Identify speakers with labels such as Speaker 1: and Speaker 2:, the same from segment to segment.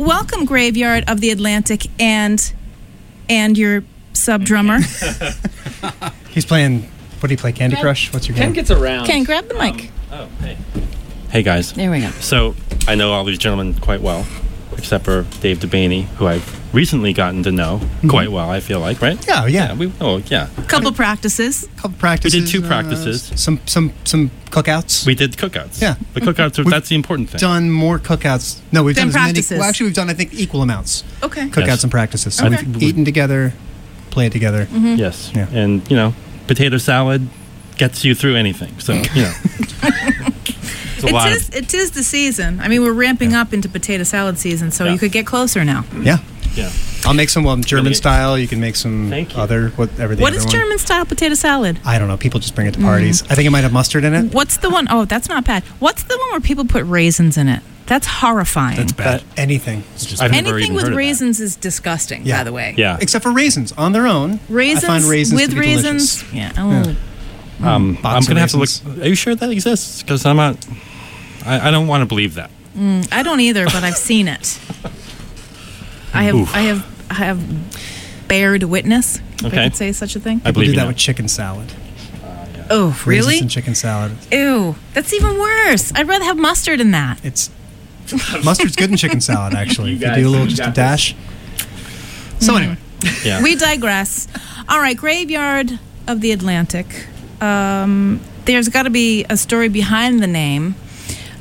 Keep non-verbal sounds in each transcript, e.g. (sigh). Speaker 1: welcome Graveyard of the Atlantic and and your sub
Speaker 2: (laughs)
Speaker 1: drummer.
Speaker 2: He's playing. What do you play? Candy Crush. What's your
Speaker 3: Ken
Speaker 2: game?
Speaker 3: gets around.
Speaker 1: Ken, grab the mic.
Speaker 3: Oh, hey.
Speaker 4: Hey guys.
Speaker 1: There we go.
Speaker 4: So I know all these gentlemen quite well, except for Dave DeBaney, who I've recently gotten to know
Speaker 2: Mm-hmm.
Speaker 4: quite well. I feel like, right?
Speaker 2: Yeah, yeah.
Speaker 4: we oh yeah.
Speaker 1: Couple practices.
Speaker 2: couple practices.
Speaker 4: two
Speaker 2: uh,
Speaker 4: practices.
Speaker 2: some some some cookouts.
Speaker 4: We did cookouts.
Speaker 2: Yeah.
Speaker 4: the cookouts. Are,
Speaker 2: We've
Speaker 4: that's the important thing.
Speaker 2: done more cookouts. No, we've
Speaker 1: Done
Speaker 2: done, as
Speaker 1: practices.
Speaker 2: many. Well, actually, we've done I think equal amounts.
Speaker 1: Okay. Mm-hmm.
Speaker 2: Cookouts
Speaker 4: Yes.
Speaker 2: and practices. So
Speaker 4: I
Speaker 2: we've
Speaker 4: think we-
Speaker 2: eaten together, played together.
Speaker 4: Yes.
Speaker 2: Yeah.
Speaker 4: And you know, potato salad gets you through anything.
Speaker 2: (laughs)
Speaker 4: So you know. It's a lot
Speaker 1: It
Speaker 4: of-
Speaker 1: is, it is the season. I mean, we're ramping up into potato salad season, so
Speaker 4: Yeah.
Speaker 1: you could get closer now.
Speaker 2: Yeah.
Speaker 4: yeah.
Speaker 2: I'll make some um, German
Speaker 4: Really-
Speaker 2: style. You can make some
Speaker 4: Thank you.
Speaker 2: other whatever. The
Speaker 1: What
Speaker 2: other
Speaker 1: is
Speaker 2: one-
Speaker 1: German Mm-hmm. style potato salad?
Speaker 2: I don't know. People just bring it to parties. I think it might have mustard in it.
Speaker 1: What's the one oh that's not bad. What's the one where people put raisins in it? That's horrifying.
Speaker 2: But anything. It's just
Speaker 4: I've never
Speaker 1: Anything
Speaker 4: even
Speaker 1: with
Speaker 4: heard of that.
Speaker 1: raisins is disgusting,
Speaker 2: Yeah.
Speaker 1: by the way.
Speaker 4: Yeah.
Speaker 2: except for raisins on their own.
Speaker 1: Raisins,
Speaker 2: I find raisins
Speaker 1: with
Speaker 2: to be
Speaker 1: raisins.
Speaker 2: delicious.
Speaker 1: Yeah. Oh.
Speaker 4: Um, I'm
Speaker 2: Box of
Speaker 4: gonna have to look.
Speaker 2: raisins.
Speaker 4: Are you sure that exists? Because I'm not. I, I don't want to believe that.
Speaker 1: I don't either, but I've seen it. I have
Speaker 4: Oof.
Speaker 1: I have I have bared witness, if I
Speaker 4: Okay.
Speaker 1: could say such a thing.
Speaker 4: I
Speaker 2: People
Speaker 4: believe
Speaker 2: do
Speaker 4: you
Speaker 2: that
Speaker 4: now.
Speaker 2: with chicken salad.
Speaker 1: oh,
Speaker 2: Raisins
Speaker 1: really?
Speaker 2: and chicken salad.
Speaker 1: Ew. That's even worse. I'd rather have mustard in that.
Speaker 2: It's mustard's good in
Speaker 3: (laughs)
Speaker 2: chicken salad actually.
Speaker 3: You
Speaker 2: if you
Speaker 3: guys-
Speaker 2: do a little
Speaker 3: you
Speaker 2: just a
Speaker 3: got
Speaker 2: dash. So
Speaker 1: Hmm.
Speaker 2: anyway,
Speaker 4: Yeah.
Speaker 1: We digress. All right, Graveyard of the Atlantic. Um, there's got to be a story behind the name.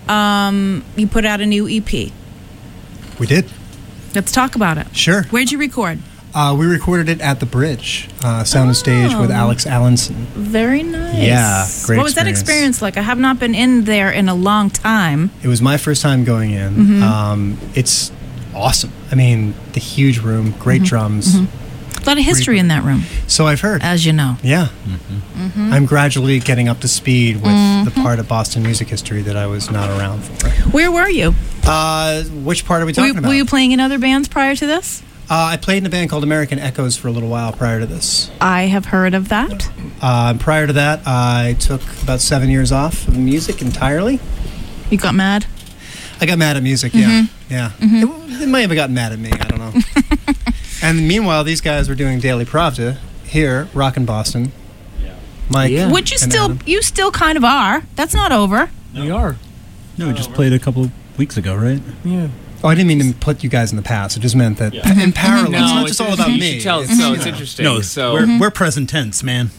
Speaker 1: Um, you put out a new EP.
Speaker 2: we did.
Speaker 1: Let's talk about it.
Speaker 2: Sure.
Speaker 1: Where'd you record?
Speaker 2: Uh, we recorded it at the Bridge, uh, sound and stage with
Speaker 1: Oh.
Speaker 2: Alex Allenson.
Speaker 1: Very nice.
Speaker 2: Yeah, great
Speaker 1: What was that
Speaker 2: experience.
Speaker 1: experience like? I have not been in there in a long time.
Speaker 2: It was my first time going in.
Speaker 1: Mm-hmm.
Speaker 2: Um, it's awesome. I mean, the huge room, great
Speaker 1: Mm-hmm.
Speaker 2: drums.
Speaker 1: A lot of history in that room,
Speaker 2: So I've heard.
Speaker 1: as you know.
Speaker 2: Yeah.
Speaker 1: Mm-hmm.
Speaker 2: I'm gradually getting up to speed with the part of Boston music history that I was not around for.
Speaker 1: Where were you?
Speaker 2: Uh, which part are we
Speaker 1: Were
Speaker 2: talking
Speaker 1: you,
Speaker 2: about?
Speaker 1: were you playing in other bands prior to this?
Speaker 2: uh, I played in a band called American Echoes for a little while prior to this.
Speaker 1: I have heard of that.
Speaker 2: Uh, prior to that, I took about seven years off of music entirely.
Speaker 1: You got mad?
Speaker 2: I got mad at music, yeah. Yeah. It, it might have gotten mad at me, I don't know. and meanwhile, these guys were doing Daily Pravda here, rockin' Boston.
Speaker 4: Yeah.
Speaker 2: Mike.
Speaker 5: Yeah.
Speaker 1: Which you
Speaker 2: and
Speaker 1: still
Speaker 2: Adam.
Speaker 1: you still kind of are. That's not over.
Speaker 5: We are. No, we just played a couple weeks ago, right? Yeah.
Speaker 2: Oh, I didn't mean to put you guys in the past. It just meant that
Speaker 4: Yeah.
Speaker 2: in parallel, it's not
Speaker 3: it's
Speaker 2: just all about
Speaker 3: you
Speaker 2: me. Mm-hmm.
Speaker 3: should Tell,
Speaker 2: It's-
Speaker 3: no,
Speaker 2: you
Speaker 3: (laughs) it's
Speaker 2: know.
Speaker 3: interesting.
Speaker 5: no,
Speaker 3: so
Speaker 5: we're, we're present tense,
Speaker 3: (laughs)
Speaker 5: man.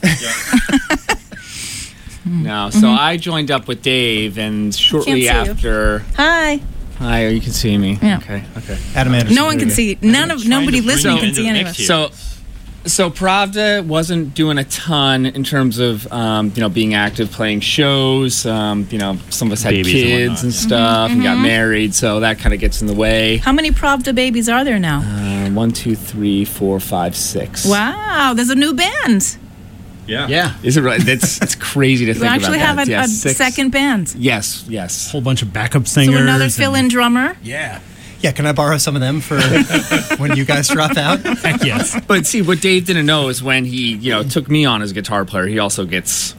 Speaker 2: Mm-hmm.
Speaker 3: no, so I joined up with Dave, and shortly
Speaker 1: Can't see you.
Speaker 3: after,
Speaker 1: Hi.
Speaker 3: hi, you can see me.
Speaker 1: Yeah.
Speaker 3: Okay. Okay.
Speaker 2: Adam Anderson.
Speaker 1: No one can see. None of nobody listening can see any of us.
Speaker 3: So, so Pravda wasn't doing a ton in terms of um, you know being active, playing shows. Um, you know, some of us had
Speaker 4: Babies and
Speaker 3: kids
Speaker 4: whatnot,
Speaker 3: and
Speaker 4: yeah.
Speaker 3: stuff, and
Speaker 2: Mm-hmm.
Speaker 3: got married, so that kind of gets in the way.
Speaker 1: How many Pravda babies are there now?
Speaker 3: Uh, one, two, three, four, five, six.
Speaker 1: Wow, there's a new band.
Speaker 4: yeah.
Speaker 5: Yeah.
Speaker 3: (laughs) Is it right? That's that's crazy to
Speaker 1: You
Speaker 3: think about.
Speaker 1: actually have
Speaker 3: that.
Speaker 1: a,
Speaker 3: Yeah,
Speaker 1: a
Speaker 3: six-
Speaker 1: second band.
Speaker 3: Yes. Yes.
Speaker 5: Whole bunch of backup
Speaker 1: So
Speaker 5: singers.
Speaker 1: another
Speaker 5: and-
Speaker 1: fill-in drummer.
Speaker 5: Yeah.
Speaker 2: Yeah, can I borrow some of them for when you guys drop out?
Speaker 5: Heck yes.
Speaker 3: But see, what Dave didn't know is when he, you know, took me on as a guitar player, he also gets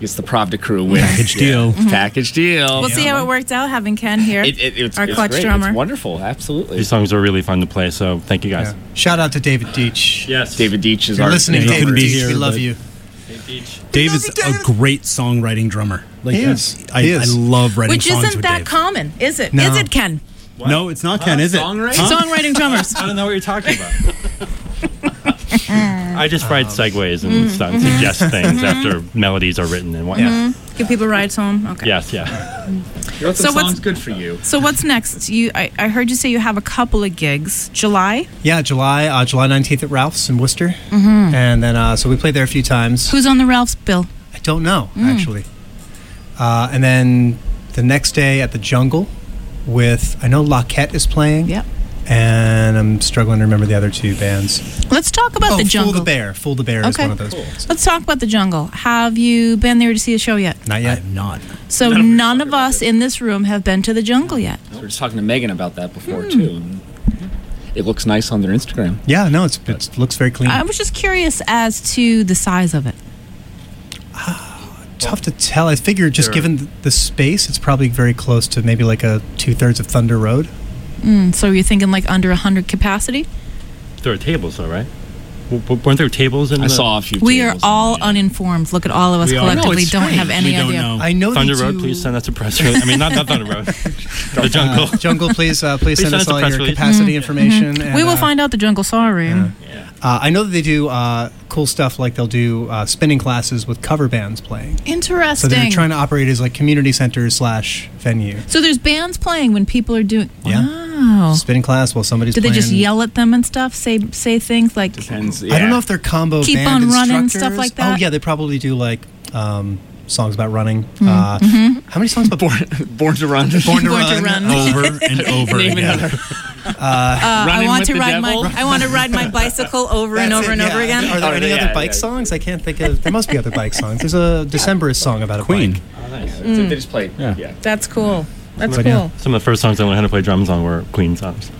Speaker 3: gets the Pravda crew with
Speaker 5: Package deal.
Speaker 3: Package deal.
Speaker 1: Mm-hmm. We'll see how it worked out having Ken here.
Speaker 3: It, it, it's,
Speaker 1: Our
Speaker 3: it's
Speaker 1: clutch
Speaker 3: great.
Speaker 1: drummer.
Speaker 3: It's wonderful. Absolutely.
Speaker 4: These songs are really fun to play. So thank you guys.
Speaker 2: Yeah. Shout out to David Deitch.
Speaker 4: Yes.
Speaker 3: David Deitch is
Speaker 2: You're
Speaker 3: our
Speaker 2: listening,
Speaker 5: Yeah, he
Speaker 2: David
Speaker 5: couldn't be
Speaker 2: Deitch. we
Speaker 5: here,
Speaker 2: love
Speaker 5: but-
Speaker 2: you.
Speaker 5: Dave is a great songwriting drummer. Like
Speaker 2: He is.
Speaker 5: I,
Speaker 2: He is.
Speaker 5: I love writing
Speaker 1: Which
Speaker 5: songs
Speaker 1: isn't
Speaker 5: with
Speaker 1: that
Speaker 5: Dave.
Speaker 1: common, is it?
Speaker 2: No.
Speaker 1: Is it Ken?
Speaker 5: No, it's not
Speaker 2: Uh,
Speaker 5: Ken, is it?
Speaker 3: songwriting?
Speaker 1: Songwriting drummers.
Speaker 4: I don't know what you're talking about.
Speaker 1: (laughs)
Speaker 4: I just write segues and
Speaker 1: Mm-hmm.
Speaker 4: stuff, and suggest things after melodies are written and whatnot.
Speaker 1: Give people rides home. Okay.
Speaker 4: Yes, yeah.
Speaker 3: You wrote some
Speaker 1: So what's-
Speaker 3: songs good for you.
Speaker 1: So what's next? You, I, I heard you say you have a couple of gigs. July.
Speaker 2: Yeah, July uh, July 19th at Ralph's in Worcester. Mm-hmm. And then, uh, so we played there a few times.
Speaker 1: Who's on the Ralph's bill?
Speaker 2: I don't know,
Speaker 1: Mm.
Speaker 2: actually. Uh, and then the next day at the Jungle with, I know Laquette is playing.
Speaker 1: Yep.
Speaker 2: And I'm struggling to remember the other two bands. Oh,
Speaker 1: Let's talk about the jungle.
Speaker 2: Fool the Bear. Fool the Bear is
Speaker 1: Okay.
Speaker 2: one of those bands.
Speaker 1: Let's talk about the jungle. Have you been there to see a show yet?
Speaker 2: Not yet.
Speaker 5: I'm not.
Speaker 1: So none of us in this room have been to the jungle yet.
Speaker 3: We were just talking to Megan about that before
Speaker 1: Hmm.
Speaker 3: too. It looks nice on their Instagram.
Speaker 2: Yeah, no, it's, it looks very clean.
Speaker 1: I was just curious as to the size of it.
Speaker 2: Tough to tell. I figure just
Speaker 4: Sure.
Speaker 2: given th- the space, it's probably very close to maybe like a two thirds of Thunder Road.
Speaker 1: Mm, so you're thinking like under 100 capacity?
Speaker 4: There are tables, though, right? W- w- weren't there tables in
Speaker 3: I
Speaker 4: the
Speaker 3: saw a few.
Speaker 1: We are
Speaker 3: tables.
Speaker 1: all uninformed. Look at all of us
Speaker 5: We are. No,
Speaker 1: collectively
Speaker 5: it's
Speaker 1: don't
Speaker 5: great.
Speaker 1: have any
Speaker 5: we don't
Speaker 1: idea.
Speaker 5: Know.
Speaker 2: I know
Speaker 4: Thunder
Speaker 2: that
Speaker 4: Road?
Speaker 2: you-
Speaker 4: Please send us a press release. I mean, not, not Thunder
Speaker 1: (laughs)
Speaker 4: Road. the
Speaker 3: (laughs)
Speaker 4: jungle.
Speaker 2: Uh, jungle, please, uh, please,
Speaker 4: Please
Speaker 2: send us all
Speaker 4: a press
Speaker 2: your
Speaker 4: release.
Speaker 2: capacity information. and,
Speaker 1: Mm-hmm. we will
Speaker 2: uh,
Speaker 1: find out the jungle saw room.
Speaker 2: Uh, I know that they do uh, cool stuff like they'll do uh, spinning classes with cover bands playing. So
Speaker 1: Interesting.
Speaker 2: they're trying to operate as like community center slash venue.
Speaker 1: So there's bands playing when people are doing.
Speaker 2: Yeah.
Speaker 1: Wow.
Speaker 2: Spinning class while somebody's
Speaker 1: Do they just
Speaker 2: playing-
Speaker 1: yell at them and stuff? Say say things like. uh,
Speaker 3: Depends,
Speaker 2: I don't
Speaker 3: yeah.
Speaker 2: know if they're combo
Speaker 1: Keep
Speaker 2: band
Speaker 1: on running, stuff
Speaker 2: instructors.
Speaker 1: like that?
Speaker 2: Oh yeah, they probably do like um, songs about running. Uh, How many songs about (laughs) born,
Speaker 3: born to run.
Speaker 2: born to
Speaker 1: Mm-hmm. Born to Run.
Speaker 2: run? (laughs)
Speaker 5: over and over
Speaker 3: Name
Speaker 5: again.
Speaker 3: another.
Speaker 1: Uh, I
Speaker 3: Running
Speaker 1: want
Speaker 3: with
Speaker 1: to
Speaker 3: the
Speaker 1: ride
Speaker 3: devil?
Speaker 1: my I want to ride my bicycle
Speaker 2: (laughs)
Speaker 1: over and
Speaker 2: That's
Speaker 1: over and
Speaker 2: it, yeah.
Speaker 1: over again.
Speaker 2: Are there
Speaker 3: Oh,
Speaker 2: any
Speaker 3: yeah,
Speaker 2: other bike
Speaker 3: yeah.
Speaker 2: songs? I can't think of. There must be other bike songs. There's
Speaker 3: (laughs)
Speaker 2: a Decemberist song about a
Speaker 5: Queen.
Speaker 2: bike.
Speaker 4: Oh, nice.
Speaker 3: They
Speaker 1: Mm.
Speaker 3: just played.
Speaker 5: Yeah.
Speaker 3: yeah.
Speaker 1: That's cool. That's
Speaker 2: But,
Speaker 1: cool.
Speaker 2: yeah.
Speaker 4: Some of the first songs I learned how to play drums on were Queen songs.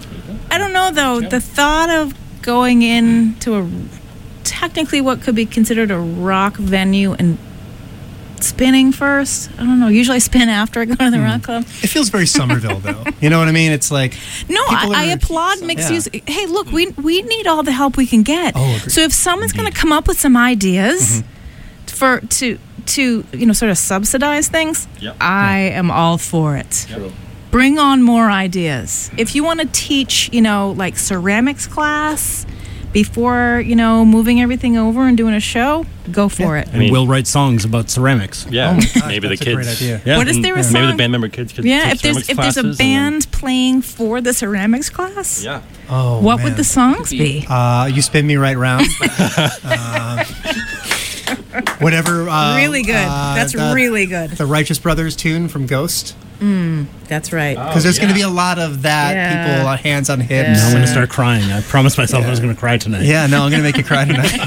Speaker 1: I don't know though.
Speaker 3: Yeah.
Speaker 1: The thought of going into a technically what could be considered a rock venue and spinning first. I don't know. Usually I spin after I go
Speaker 2: Hmm.
Speaker 1: to the rock club.
Speaker 2: It feels very Somerville though. You know what I mean? It's like
Speaker 1: No, I,
Speaker 2: People
Speaker 1: I
Speaker 2: are-
Speaker 1: applaud mixed
Speaker 2: yeah.
Speaker 1: use. Hey, look, we we need all the help we can get.
Speaker 2: Oh, agree-
Speaker 1: so if someone's going to come up with some ideas for to to you know sort of subsidize things,
Speaker 4: Yep.
Speaker 1: I am all for it.
Speaker 3: True.
Speaker 1: Bring on more ideas. If you want to teach, you know, like ceramics class before you know moving everything over and doing a show, go for it.
Speaker 5: And we'll write songs about ceramics.
Speaker 2: oh
Speaker 4: Yeah,
Speaker 2: my gosh,
Speaker 4: maybe the
Speaker 2: that's
Speaker 4: kids.
Speaker 2: a great idea.
Speaker 5: Yeah.
Speaker 1: What is there a
Speaker 4: Maybe the
Speaker 1: song?
Speaker 4: band member kids could.
Speaker 1: yeah,
Speaker 4: take
Speaker 1: if there's
Speaker 4: ceramics
Speaker 1: if there's a
Speaker 4: classes and
Speaker 1: band playing for the ceramics class,
Speaker 4: then- yeah.
Speaker 2: Oh,
Speaker 1: what
Speaker 2: man.
Speaker 1: would the songs be?
Speaker 2: Uh, you spin me right
Speaker 1: (laughs)
Speaker 2: round. uh, whatever. Uh,
Speaker 1: really good.
Speaker 2: uh,
Speaker 1: That's
Speaker 2: the-
Speaker 1: really good.
Speaker 2: The Righteous Brothers tune from Ghost,
Speaker 1: That's right.
Speaker 2: because there's going
Speaker 4: yeah.
Speaker 2: to be a lot of that.
Speaker 1: Oh, Yeah.
Speaker 2: People uh, hands on hips.
Speaker 5: Now I'm
Speaker 1: Yeah.
Speaker 5: going to start crying. I promised myself I was going to cry tonight.
Speaker 2: Yeah, no, I'm gonna make you cry tonight.
Speaker 1: (laughs)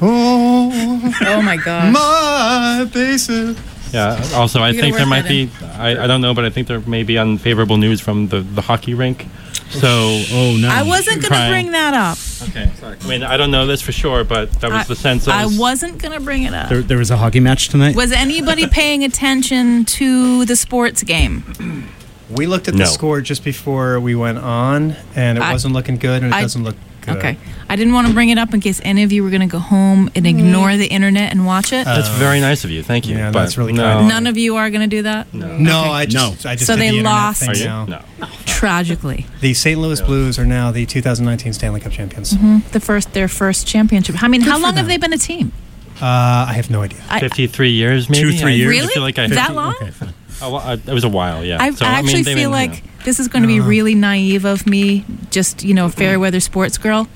Speaker 2: (laughs) oh,
Speaker 1: oh my gosh.
Speaker 2: my basis.
Speaker 1: (laughs)
Speaker 4: Yeah. uh, Also, I
Speaker 1: You're gonna
Speaker 4: think there
Speaker 1: work
Speaker 4: might
Speaker 1: that
Speaker 4: be. I, I don't know, but I think there may be unfavorable news from the, the hockey rink. So.
Speaker 5: Oh no.
Speaker 1: I wasn't going to
Speaker 4: Crying.
Speaker 1: bring that up.
Speaker 4: Okay. I mean, I don't know this for sure, but that was
Speaker 1: I,
Speaker 4: the sense.
Speaker 1: I
Speaker 4: was-
Speaker 1: wasn't going to bring it up.
Speaker 5: There, there was a hockey match tonight.
Speaker 1: Was anybody paying attention to the sports game?
Speaker 2: We looked at the
Speaker 4: No.
Speaker 2: score just before we went on, and it
Speaker 1: I-
Speaker 2: wasn't looking good, and it
Speaker 1: I-
Speaker 2: doesn't look good.
Speaker 1: Okay. I didn't want to bring it up in case any of you were going to go home and
Speaker 2: Mm-hmm.
Speaker 1: ignore the internet and watch it.
Speaker 4: That's very nice of you. Thank you.
Speaker 2: Yeah,
Speaker 4: but
Speaker 2: that's really
Speaker 4: no.
Speaker 2: kind.
Speaker 1: None of you are going to do that?
Speaker 2: No,
Speaker 1: Okay.
Speaker 2: I just,
Speaker 5: No.
Speaker 2: I just
Speaker 1: So
Speaker 2: did
Speaker 1: they
Speaker 2: the internet
Speaker 1: lost.
Speaker 2: thing
Speaker 4: Are you?
Speaker 2: now.
Speaker 4: No.
Speaker 1: Tragically.
Speaker 2: The St. Louis
Speaker 4: No.
Speaker 2: Blues are now the 2019 Stanley Cup champions.
Speaker 1: The first their first championship. I mean, how
Speaker 2: for
Speaker 1: long have
Speaker 2: them.
Speaker 1: they been a team?
Speaker 2: Uh, I have no idea.
Speaker 1: I-
Speaker 4: Fifty-three years, maybe.
Speaker 5: Two, three
Speaker 4: I-
Speaker 5: years?
Speaker 4: I
Speaker 1: Really?
Speaker 4: feel like I.
Speaker 1: that long?
Speaker 5: Okay, fine.
Speaker 4: A whi- it was a while. Yeah.
Speaker 1: I,
Speaker 4: So,
Speaker 1: I
Speaker 4: mean,
Speaker 1: actually
Speaker 4: they've
Speaker 1: feel
Speaker 4: been, you
Speaker 1: like
Speaker 4: know.
Speaker 1: this is going to be
Speaker 2: Uh-huh.
Speaker 1: really naive of me, just, you know, a fair weather sports girl.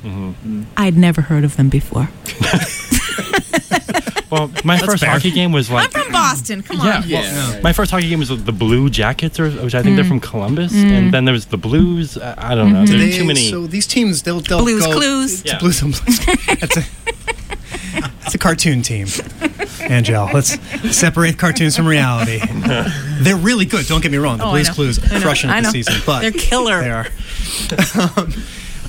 Speaker 1: I'd never heard of them before.
Speaker 4: Well, my first
Speaker 2: fair.
Speaker 4: hockey game was like.
Speaker 1: I'm from Boston. Come on.
Speaker 4: Yeah, well,
Speaker 3: Yeah.
Speaker 4: my first hockey game was with the Blue Jackets, or which I think
Speaker 1: Mm.
Speaker 4: they're from Columbus, and then there was the Blues. I, I don't
Speaker 1: Mm-hmm.
Speaker 4: know. There are
Speaker 2: They-
Speaker 4: too many.
Speaker 2: So these teams, they'll, they'll
Speaker 1: Blues
Speaker 2: go,
Speaker 1: Clues.
Speaker 2: It's
Speaker 4: Yeah.
Speaker 2: Blues
Speaker 1: (laughs)
Speaker 2: and Blues. That's a, that's a cartoon team, Angel. Let's separate cartoons from
Speaker 4: (laughs)
Speaker 2: reality. They're really good. Don't get me wrong. The
Speaker 1: Oh, I
Speaker 2: Blues
Speaker 1: know.
Speaker 2: Clues are crushing
Speaker 1: I
Speaker 2: it
Speaker 1: know.
Speaker 2: this season, but
Speaker 1: They're killer.
Speaker 2: They are. Um,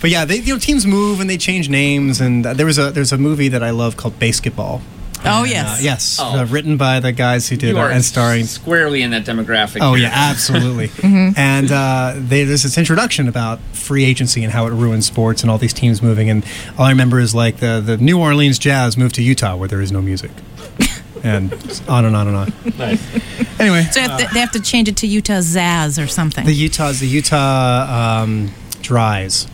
Speaker 2: but yeah, they, you know, teams move and they change names. And uh, there was a there's a movie that I love called Basketball.
Speaker 1: Oh,
Speaker 2: Uh,
Speaker 1: yes.
Speaker 2: yes,
Speaker 3: Oh.
Speaker 2: uh, written by the guys who did
Speaker 3: You
Speaker 2: uh,
Speaker 3: are
Speaker 2: and starring
Speaker 3: squarely in that demographic.
Speaker 2: Oh
Speaker 3: here.
Speaker 2: yeah,
Speaker 4: (laughs)
Speaker 2: absolutely.
Speaker 1: Mm-hmm.
Speaker 2: And uh, they, there's this introduction about free agency and how it ruins sports and all these teams moving. And all I remember is like the the New Orleans Jazz moved to Utah where there is no
Speaker 1: (laughs)
Speaker 2: music, and on and on and on.
Speaker 4: Nice.
Speaker 2: Anyway,
Speaker 1: So they have, to, they have to change it to Utah Zazz or something.
Speaker 2: the Utah's the Utah um,
Speaker 1: (laughs)
Speaker 2: Dries,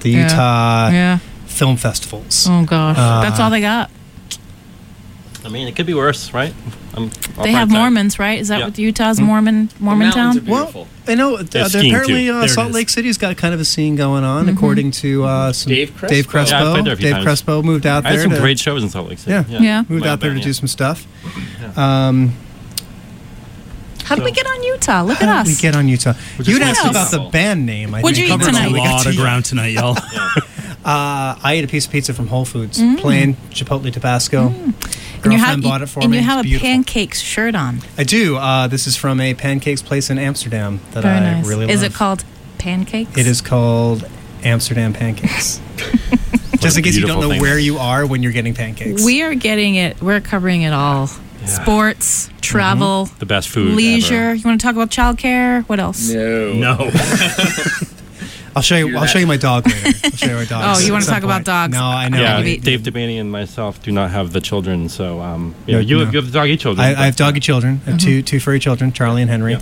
Speaker 2: the
Speaker 1: Yeah.
Speaker 2: Utah
Speaker 1: yeah.
Speaker 2: Film Festivals.
Speaker 1: Oh gosh,
Speaker 2: Uh,
Speaker 1: that's all they got.
Speaker 4: I mean, it could be worse, right? I'm, I'll
Speaker 1: They have
Speaker 4: find time.
Speaker 1: Mormons, right? Is that
Speaker 4: Yeah.
Speaker 1: what Utah's Mormon
Speaker 3: The
Speaker 1: Mormon town?
Speaker 3: mountains are beautiful.
Speaker 2: Well, I know uh,
Speaker 4: There's
Speaker 2: there-
Speaker 4: skiing,
Speaker 2: apparently
Speaker 4: too.
Speaker 2: uh,
Speaker 5: There it
Speaker 2: Salt
Speaker 5: is.
Speaker 2: Lake City's got kind of a scene going on,
Speaker 1: Mm-hmm.
Speaker 2: according to uh, some
Speaker 3: Dave Crespo.
Speaker 2: Crespo.
Speaker 4: Yeah, I've been there a few
Speaker 2: Dave
Speaker 4: times.
Speaker 2: Crespo moved out
Speaker 4: I had
Speaker 2: there.
Speaker 4: some
Speaker 2: to-
Speaker 4: great shows in Salt Lake City.
Speaker 2: Yeah.
Speaker 1: Yeah.
Speaker 2: moved
Speaker 4: My
Speaker 2: out there to
Speaker 4: band,
Speaker 2: do
Speaker 4: yeah.
Speaker 2: some stuff. Um,
Speaker 1: How did we get on Utah? Look at
Speaker 2: how did we
Speaker 1: us.
Speaker 2: get on Utah?
Speaker 4: Which
Speaker 2: You'd
Speaker 4: is
Speaker 2: asked
Speaker 1: nice.
Speaker 2: about the band name. I
Speaker 1: What'd
Speaker 2: think.
Speaker 1: you eat
Speaker 5: Covered
Speaker 1: tonight.
Speaker 5: a lot of ground tonight,
Speaker 2: (laughs)
Speaker 5: y'all. (laughs)
Speaker 2: Uh, I ate a piece of pizza from Whole Foods, plain Chipotle Tabasco.
Speaker 1: Mm. and
Speaker 2: Girlfriend
Speaker 1: you have,
Speaker 2: bought it for
Speaker 1: and
Speaker 2: me.
Speaker 1: you have
Speaker 2: It's
Speaker 1: a
Speaker 2: beautiful.
Speaker 1: pancakes shirt on.
Speaker 2: I do. Uh, this is from a pancakes place in Amsterdam that
Speaker 1: Very
Speaker 2: I
Speaker 1: nice.
Speaker 2: really love.
Speaker 1: Is it called pancakes?
Speaker 2: It is called
Speaker 1: (laughs)
Speaker 2: Amsterdam Pancakes. Just in case you
Speaker 4: beautiful
Speaker 2: don't know
Speaker 4: thing.
Speaker 2: where you are when you're getting pancakes.
Speaker 1: We are getting it. We're covering it all. sports, travel,
Speaker 4: Mm-hmm. The best food.
Speaker 1: leisure. You want to talk about childcare? What else?
Speaker 3: No.
Speaker 4: Ever. No.
Speaker 2: I'll show
Speaker 3: Do
Speaker 2: you. I'll
Speaker 3: that.
Speaker 2: show you my dog later. I'll show
Speaker 1: (laughs)
Speaker 2: you my dog.
Speaker 1: Oh,
Speaker 2: at
Speaker 1: you wanna
Speaker 2: some
Speaker 1: talk about
Speaker 2: point.
Speaker 1: dogs.
Speaker 2: No, I know.
Speaker 4: yeah,
Speaker 1: You've eaten.
Speaker 4: Dave DeBaney and myself do not have the children, so um, you, know,
Speaker 2: No,
Speaker 4: you, have,
Speaker 2: no.
Speaker 4: you have the doggy children.
Speaker 2: I, I have
Speaker 4: but, uh,
Speaker 2: doggy children. I have
Speaker 1: Mm-hmm.
Speaker 2: two two furry children, Charlie and Henry.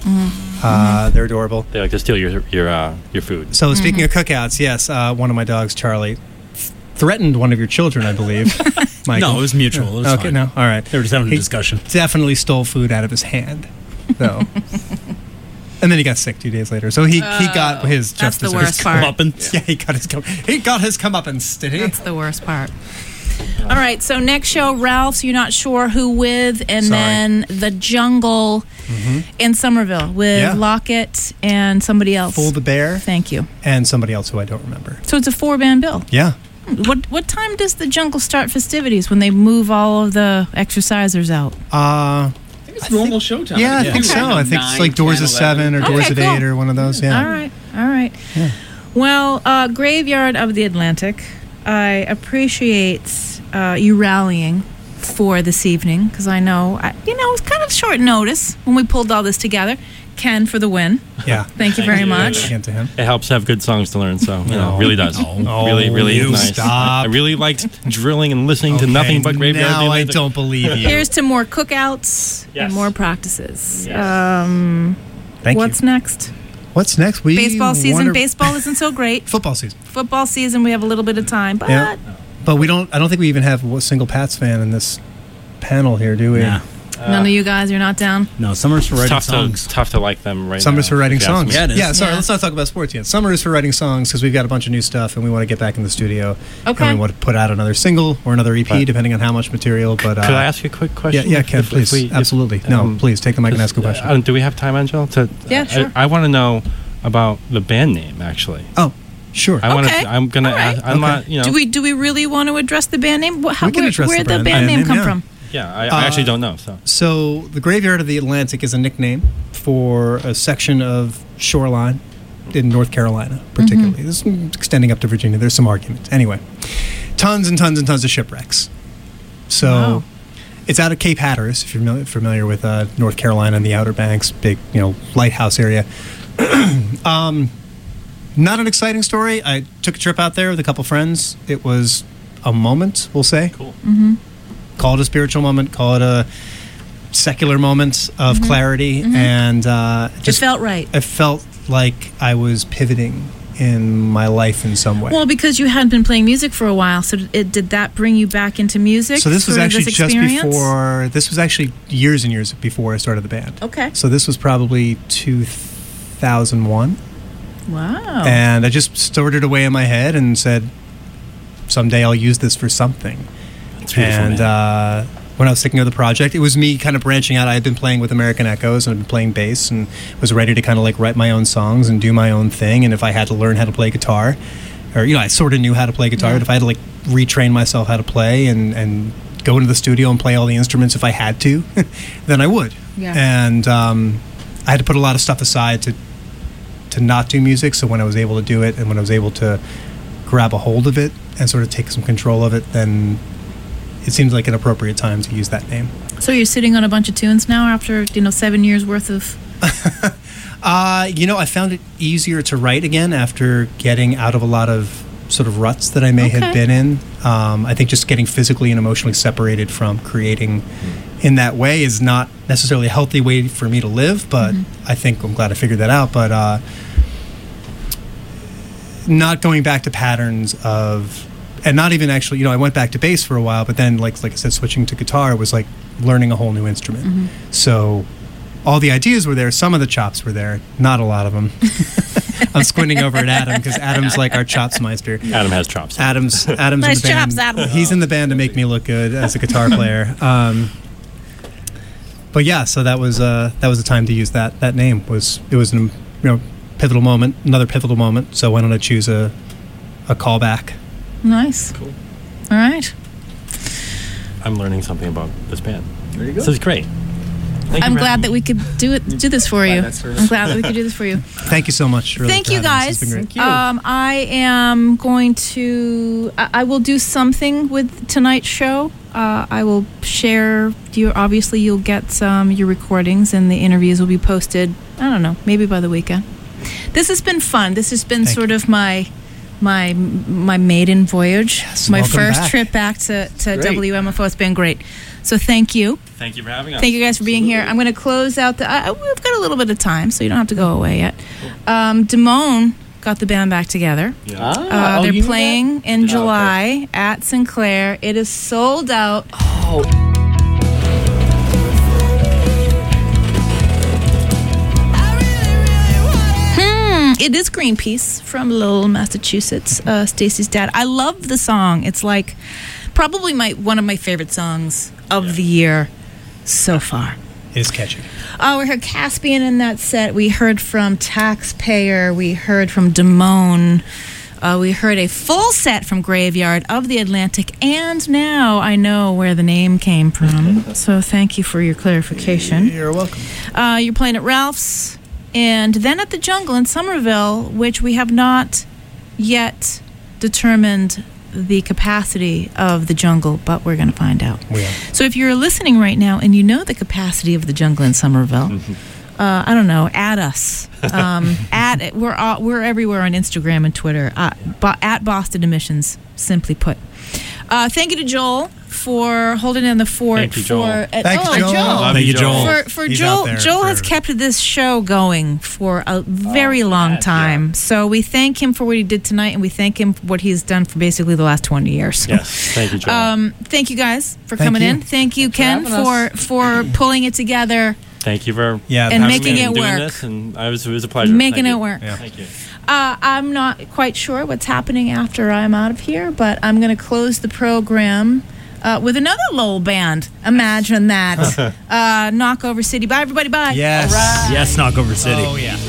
Speaker 2: Uh, they're adorable.
Speaker 4: They like to steal your your uh, your food.
Speaker 2: So
Speaker 1: Mm-hmm.
Speaker 2: speaking of cookouts, yes, uh, one of my dogs, Charlie, th- threatened one of your children, I believe.
Speaker 1: (laughs)
Speaker 2: Michael.
Speaker 5: No, it was mutual. It was
Speaker 2: okay,
Speaker 5: fine.
Speaker 2: no, all right.
Speaker 5: They were just having a
Speaker 2: He
Speaker 5: discussion.
Speaker 2: Definitely stole food out of his hand,
Speaker 1: (laughs)
Speaker 2: though. and then he got sick two days later, so he, he got his
Speaker 1: Oh, That's
Speaker 2: justice.
Speaker 1: the
Speaker 2: or his
Speaker 1: worst part.
Speaker 2: (laughs)
Speaker 5: Comeuppance.
Speaker 2: Yeah, he got his cum- he got his comeuppance, did he?
Speaker 1: That's the worst part. All right, so next show, Ralph's You're Not Sure Who With, and
Speaker 2: Sorry.
Speaker 1: then The Jungle
Speaker 4: Mm-hmm.
Speaker 1: in Somerville with
Speaker 2: Yeah.
Speaker 1: Lockett and somebody else.
Speaker 2: Fool the bear
Speaker 1: Thank you.
Speaker 2: and somebody else who I don't remember.
Speaker 1: So it's a four band bill.
Speaker 2: Yeah,
Speaker 1: What what time does the jungle start festivities when they move all of the exercisers out?
Speaker 2: uh,
Speaker 3: I think it's normal showtime.
Speaker 2: yeah, I
Speaker 5: Yeah.
Speaker 2: think
Speaker 3: it's
Speaker 2: so.
Speaker 3: around
Speaker 2: I think it's like
Speaker 3: 9,
Speaker 2: doors
Speaker 3: 10,
Speaker 2: at seven
Speaker 3: 11.
Speaker 2: or doors
Speaker 1: Okay,
Speaker 2: at eight
Speaker 1: cool.
Speaker 2: or one of those. Yeah,
Speaker 1: All right, all right. Well, uh, Graveyard of the Atlantic, I appreciate uh, you rallying for this evening because I know, I, you know, it's kind of short notice when we pulled all this together. Ken for the win.
Speaker 2: yeah.
Speaker 1: Thank you
Speaker 4: Thank (laughs)
Speaker 1: very
Speaker 4: you.
Speaker 1: much.
Speaker 2: Again to him.
Speaker 4: It helps to have good songs to learn, so you know,
Speaker 2: No.
Speaker 4: really does.
Speaker 5: No.
Speaker 4: Really, really
Speaker 2: You
Speaker 4: nice.
Speaker 2: stop.
Speaker 4: I really liked drilling and listening to nothing but graveyard.
Speaker 2: Now I
Speaker 4: Atlantic.
Speaker 2: don't believe you.
Speaker 1: Here's to more cookouts
Speaker 4: Yes.
Speaker 1: and more practices.
Speaker 4: Yes.
Speaker 1: Um,
Speaker 2: Thank
Speaker 1: what's
Speaker 2: you.
Speaker 1: next?
Speaker 2: What's next? We
Speaker 1: Baseball season.
Speaker 2: wonder-
Speaker 1: Baseball isn't so great.
Speaker 2: (laughs) football season.
Speaker 1: Football season, we have a little bit of time, but
Speaker 2: Yeah. But we don't. I don't think we even have a single Pats fan in this panel here, do we?
Speaker 5: Nah.
Speaker 1: none of you guys are not down.
Speaker 5: No, summer's for
Speaker 4: It's
Speaker 5: writing
Speaker 4: tough
Speaker 5: songs.
Speaker 4: to tough to like them right
Speaker 2: Summer's for
Speaker 4: now,
Speaker 2: writing
Speaker 4: if you ask
Speaker 2: songs.
Speaker 5: Yeah, it is.
Speaker 2: yeah, sorry.
Speaker 1: Yeah.
Speaker 2: Let's not talk about sports yet. Summer is for writing songs because we've got a bunch of new stuff and we want to get back in the studio.
Speaker 1: Okay.
Speaker 2: And we want to put out another single or another EP,
Speaker 4: Right.
Speaker 2: depending on how much material. But uh,
Speaker 4: Could I ask you a quick
Speaker 2: Yeah,
Speaker 4: question?
Speaker 2: yeah, Ken,
Speaker 4: If- if
Speaker 2: please,
Speaker 4: we- if-
Speaker 2: absolutely. no,
Speaker 4: um,
Speaker 2: please take the mic and ask a
Speaker 4: Just,
Speaker 2: question.
Speaker 4: uh, do we have time, Angel? To
Speaker 1: Yeah,
Speaker 4: I-
Speaker 1: sure.
Speaker 4: I, want to know about the band name actually.
Speaker 2: oh, sure.
Speaker 4: I want
Speaker 1: Okay.
Speaker 4: to. I'm gonna.
Speaker 1: All right.
Speaker 4: ask, I'm
Speaker 2: Okay.
Speaker 4: not. You know.
Speaker 1: Do we do we really want to address the band name? Wh- How,
Speaker 2: We can
Speaker 1: where,
Speaker 2: address
Speaker 1: where
Speaker 2: the
Speaker 1: the
Speaker 2: brand-
Speaker 1: band,
Speaker 2: band
Speaker 1: name
Speaker 2: name,
Speaker 1: come
Speaker 2: yeah.
Speaker 1: from?
Speaker 4: yeah. I,
Speaker 2: Uh,
Speaker 4: I actually don't know. So.
Speaker 2: So the graveyard of the Atlantic is a nickname for a section of shoreline in North Carolina,
Speaker 1: Mm-hmm.
Speaker 2: particularly. This is extending up to Virginia. There's some argument. Anyway, tons and tons and tons of shipwrecks. So
Speaker 1: Wow.
Speaker 2: it's out of Cape Hatteras, if you're mil- familiar with uh, North Carolina and the Outer Banks, big you know lighthouse area. Not an exciting story. I took a trip out there with a couple friends. It was a moment, we'll say. Cool.
Speaker 1: Mm-hmm.
Speaker 2: Call it a spiritual moment. Call it a secular moment of clarity, and uh,
Speaker 1: Mm-hmm. it felt right.
Speaker 2: I felt like I was pivoting in my life in some way.
Speaker 1: Well, because you hadn't been playing music for a while, so did- it, did that bring you back into music?
Speaker 2: so this was
Speaker 1: through
Speaker 2: actually
Speaker 1: this
Speaker 2: just
Speaker 1: experience?
Speaker 2: before. This was actually years and years before I started the band.
Speaker 1: Okay.
Speaker 2: So this was probably two thousand one.
Speaker 1: Wow.
Speaker 2: And I just stored it away in my head and said, someday I'll use this for something.
Speaker 5: It's beautiful,
Speaker 2: And
Speaker 5: man.
Speaker 2: uh, when I was thinking of the project, it was me kind of branching out. I had been playing with American Echoes and I'd been playing bass and was ready to kind of like write my own songs and do my own thing. And if I had to learn how to play guitar, or, you know, I sort of knew how to play guitar, but if I had to like retrain myself how to play and, and go into the studio and play all the instruments if I had to, (laughs) then I would.
Speaker 1: Yeah.
Speaker 2: And um, I had to put a lot of stuff aside to to not do music. So when I was able to do it and when I was able to grab a hold of it and sort of take some control of it, then it seems like an appropriate time to use that name.
Speaker 1: so you're sitting on a bunch of tunes now after you know seven years worth of.
Speaker 2: Uh, you know, I found it easier to write again after getting out of a lot of sort of ruts that I may have
Speaker 1: Okay.
Speaker 2: been in. Um, I think just getting physically and emotionally separated from creating in that way is not necessarily a healthy way for me to live, but I think I'm glad I figured that out. But uh, not going back to patterns of and not even actually you know i went back to bass for a while but then like like i said switching to guitar was like learning a whole new instrument so all the ideas were there some of the chops were there not a lot
Speaker 1: (laughs)
Speaker 2: of them i'm squinting over at adam because adam's like our chops meister
Speaker 4: Adam has chops.
Speaker 2: adam's adam's
Speaker 1: Nice
Speaker 2: in the band.
Speaker 1: chops, Adam.
Speaker 2: he's in the band to make me look good as a guitar player um, but yeah so that was uh that was the time to use that that name was it was an you know pivotal moment another pivotal moment so why don't i choose a a callback
Speaker 1: Nice.
Speaker 4: Cool.
Speaker 1: All right.
Speaker 4: I'm learning something about this band.
Speaker 3: There you go.
Speaker 4: This is great. Thank
Speaker 1: I'm
Speaker 4: you for
Speaker 1: glad
Speaker 4: having
Speaker 1: that we could do it, do this for
Speaker 3: Glad
Speaker 1: you.
Speaker 3: that's her.
Speaker 1: I'm glad that we could do this for you.
Speaker 2: Thank you so much. Really,
Speaker 1: Thank
Speaker 2: for
Speaker 1: you
Speaker 2: having us.
Speaker 1: guys.
Speaker 2: It's been great.
Speaker 1: Um, I am going to. I, I will do something with tonight's show. Uh, I will share. You obviously you'll get some your recordings and the interviews will be posted. I don't know, maybe by the weekend. This has been fun. This has been
Speaker 2: Thank
Speaker 1: sort of my my my maiden voyage,
Speaker 2: Yes,
Speaker 1: my
Speaker 2: welcome
Speaker 1: first
Speaker 2: back.
Speaker 1: trip back to to
Speaker 3: Great.
Speaker 1: WMFO. It's been great. So thank you.
Speaker 4: Thank you for having us.
Speaker 1: Thank you guys for being here. I'm going to close out the. I, I- we've got a little bit of time, so you don't have to go away yet. Um, Damone got the band back together.
Speaker 4: Yeah.
Speaker 1: Uh,
Speaker 3: Ah, oh, you
Speaker 1: they're
Speaker 3: knew that?
Speaker 1: playing in
Speaker 3: Oh, okay.
Speaker 1: July at Sinclair. It is sold out. Hmm, It is Greenpeace from Lowell, Massachusetts. Uh, Stacy's dad. I love the song. It's like probably my one of my favorite songs of the year so far.
Speaker 2: It is catchy.
Speaker 1: Oh, we heard Caspian in that set. We heard from Taxpayer. We heard from Damone. Uh, we heard a full set from Graveyard of the Atlantic. And now I know where the name came from. so thank you for your clarification.
Speaker 2: You're welcome.
Speaker 1: Uh, you're playing at Ralph's and then at the Jungle in Somerville, which we have not yet determined the capacity of the Jungle, but we're going to find out.
Speaker 2: We are.
Speaker 1: So if you're listening right now and you know the capacity of the jungle in Somerville,
Speaker 2: Mm-hmm.
Speaker 1: uh, I don't know, at us.
Speaker 2: (laughs)
Speaker 1: Um, at it- we're all, we're everywhere on Instagram and Twitter. Uh, bo- at Boston Emissions, simply put. Uh, thank you to Joel for holding in the fort.
Speaker 4: Thank you,
Speaker 1: for,
Speaker 4: Joel.
Speaker 1: at-
Speaker 2: Thank you,
Speaker 1: oh,
Speaker 2: Joel.
Speaker 4: Love
Speaker 5: Thank you, Joel.
Speaker 1: For, for
Speaker 2: He's
Speaker 1: Joel,
Speaker 2: out there
Speaker 1: Joel has
Speaker 2: for-
Speaker 1: kept this show going for a very
Speaker 3: Oh,
Speaker 1: long
Speaker 3: yes,
Speaker 1: time. So we thank him for what he did tonight, and we thank him for what he's done for basically the last twenty years.
Speaker 4: Yes. Thank you, Joel.
Speaker 1: Um, thank you guys for
Speaker 2: Thank
Speaker 1: coming
Speaker 2: you.
Speaker 1: in. Thank you, Ken,
Speaker 3: for having
Speaker 1: for for pulling it together,
Speaker 4: Thank you for
Speaker 2: Yeah,
Speaker 1: and
Speaker 4: having
Speaker 1: making
Speaker 4: me
Speaker 1: it
Speaker 4: and doing
Speaker 1: work.
Speaker 4: This, and I was, it was a pleasure.
Speaker 1: making
Speaker 4: Thank
Speaker 1: it
Speaker 4: you.
Speaker 1: work.
Speaker 2: Yeah.
Speaker 4: Thank you.
Speaker 1: Uh, I'm not quite sure what's happening after I'm out of here, but I'm going to close the program uh, with another Lowell band.
Speaker 2: (laughs)
Speaker 1: Imagine that. uh, Knockover City. Bye, everybody. Bye.
Speaker 2: Yes.
Speaker 5: Yes, Knockover City.
Speaker 2: Oh yeah.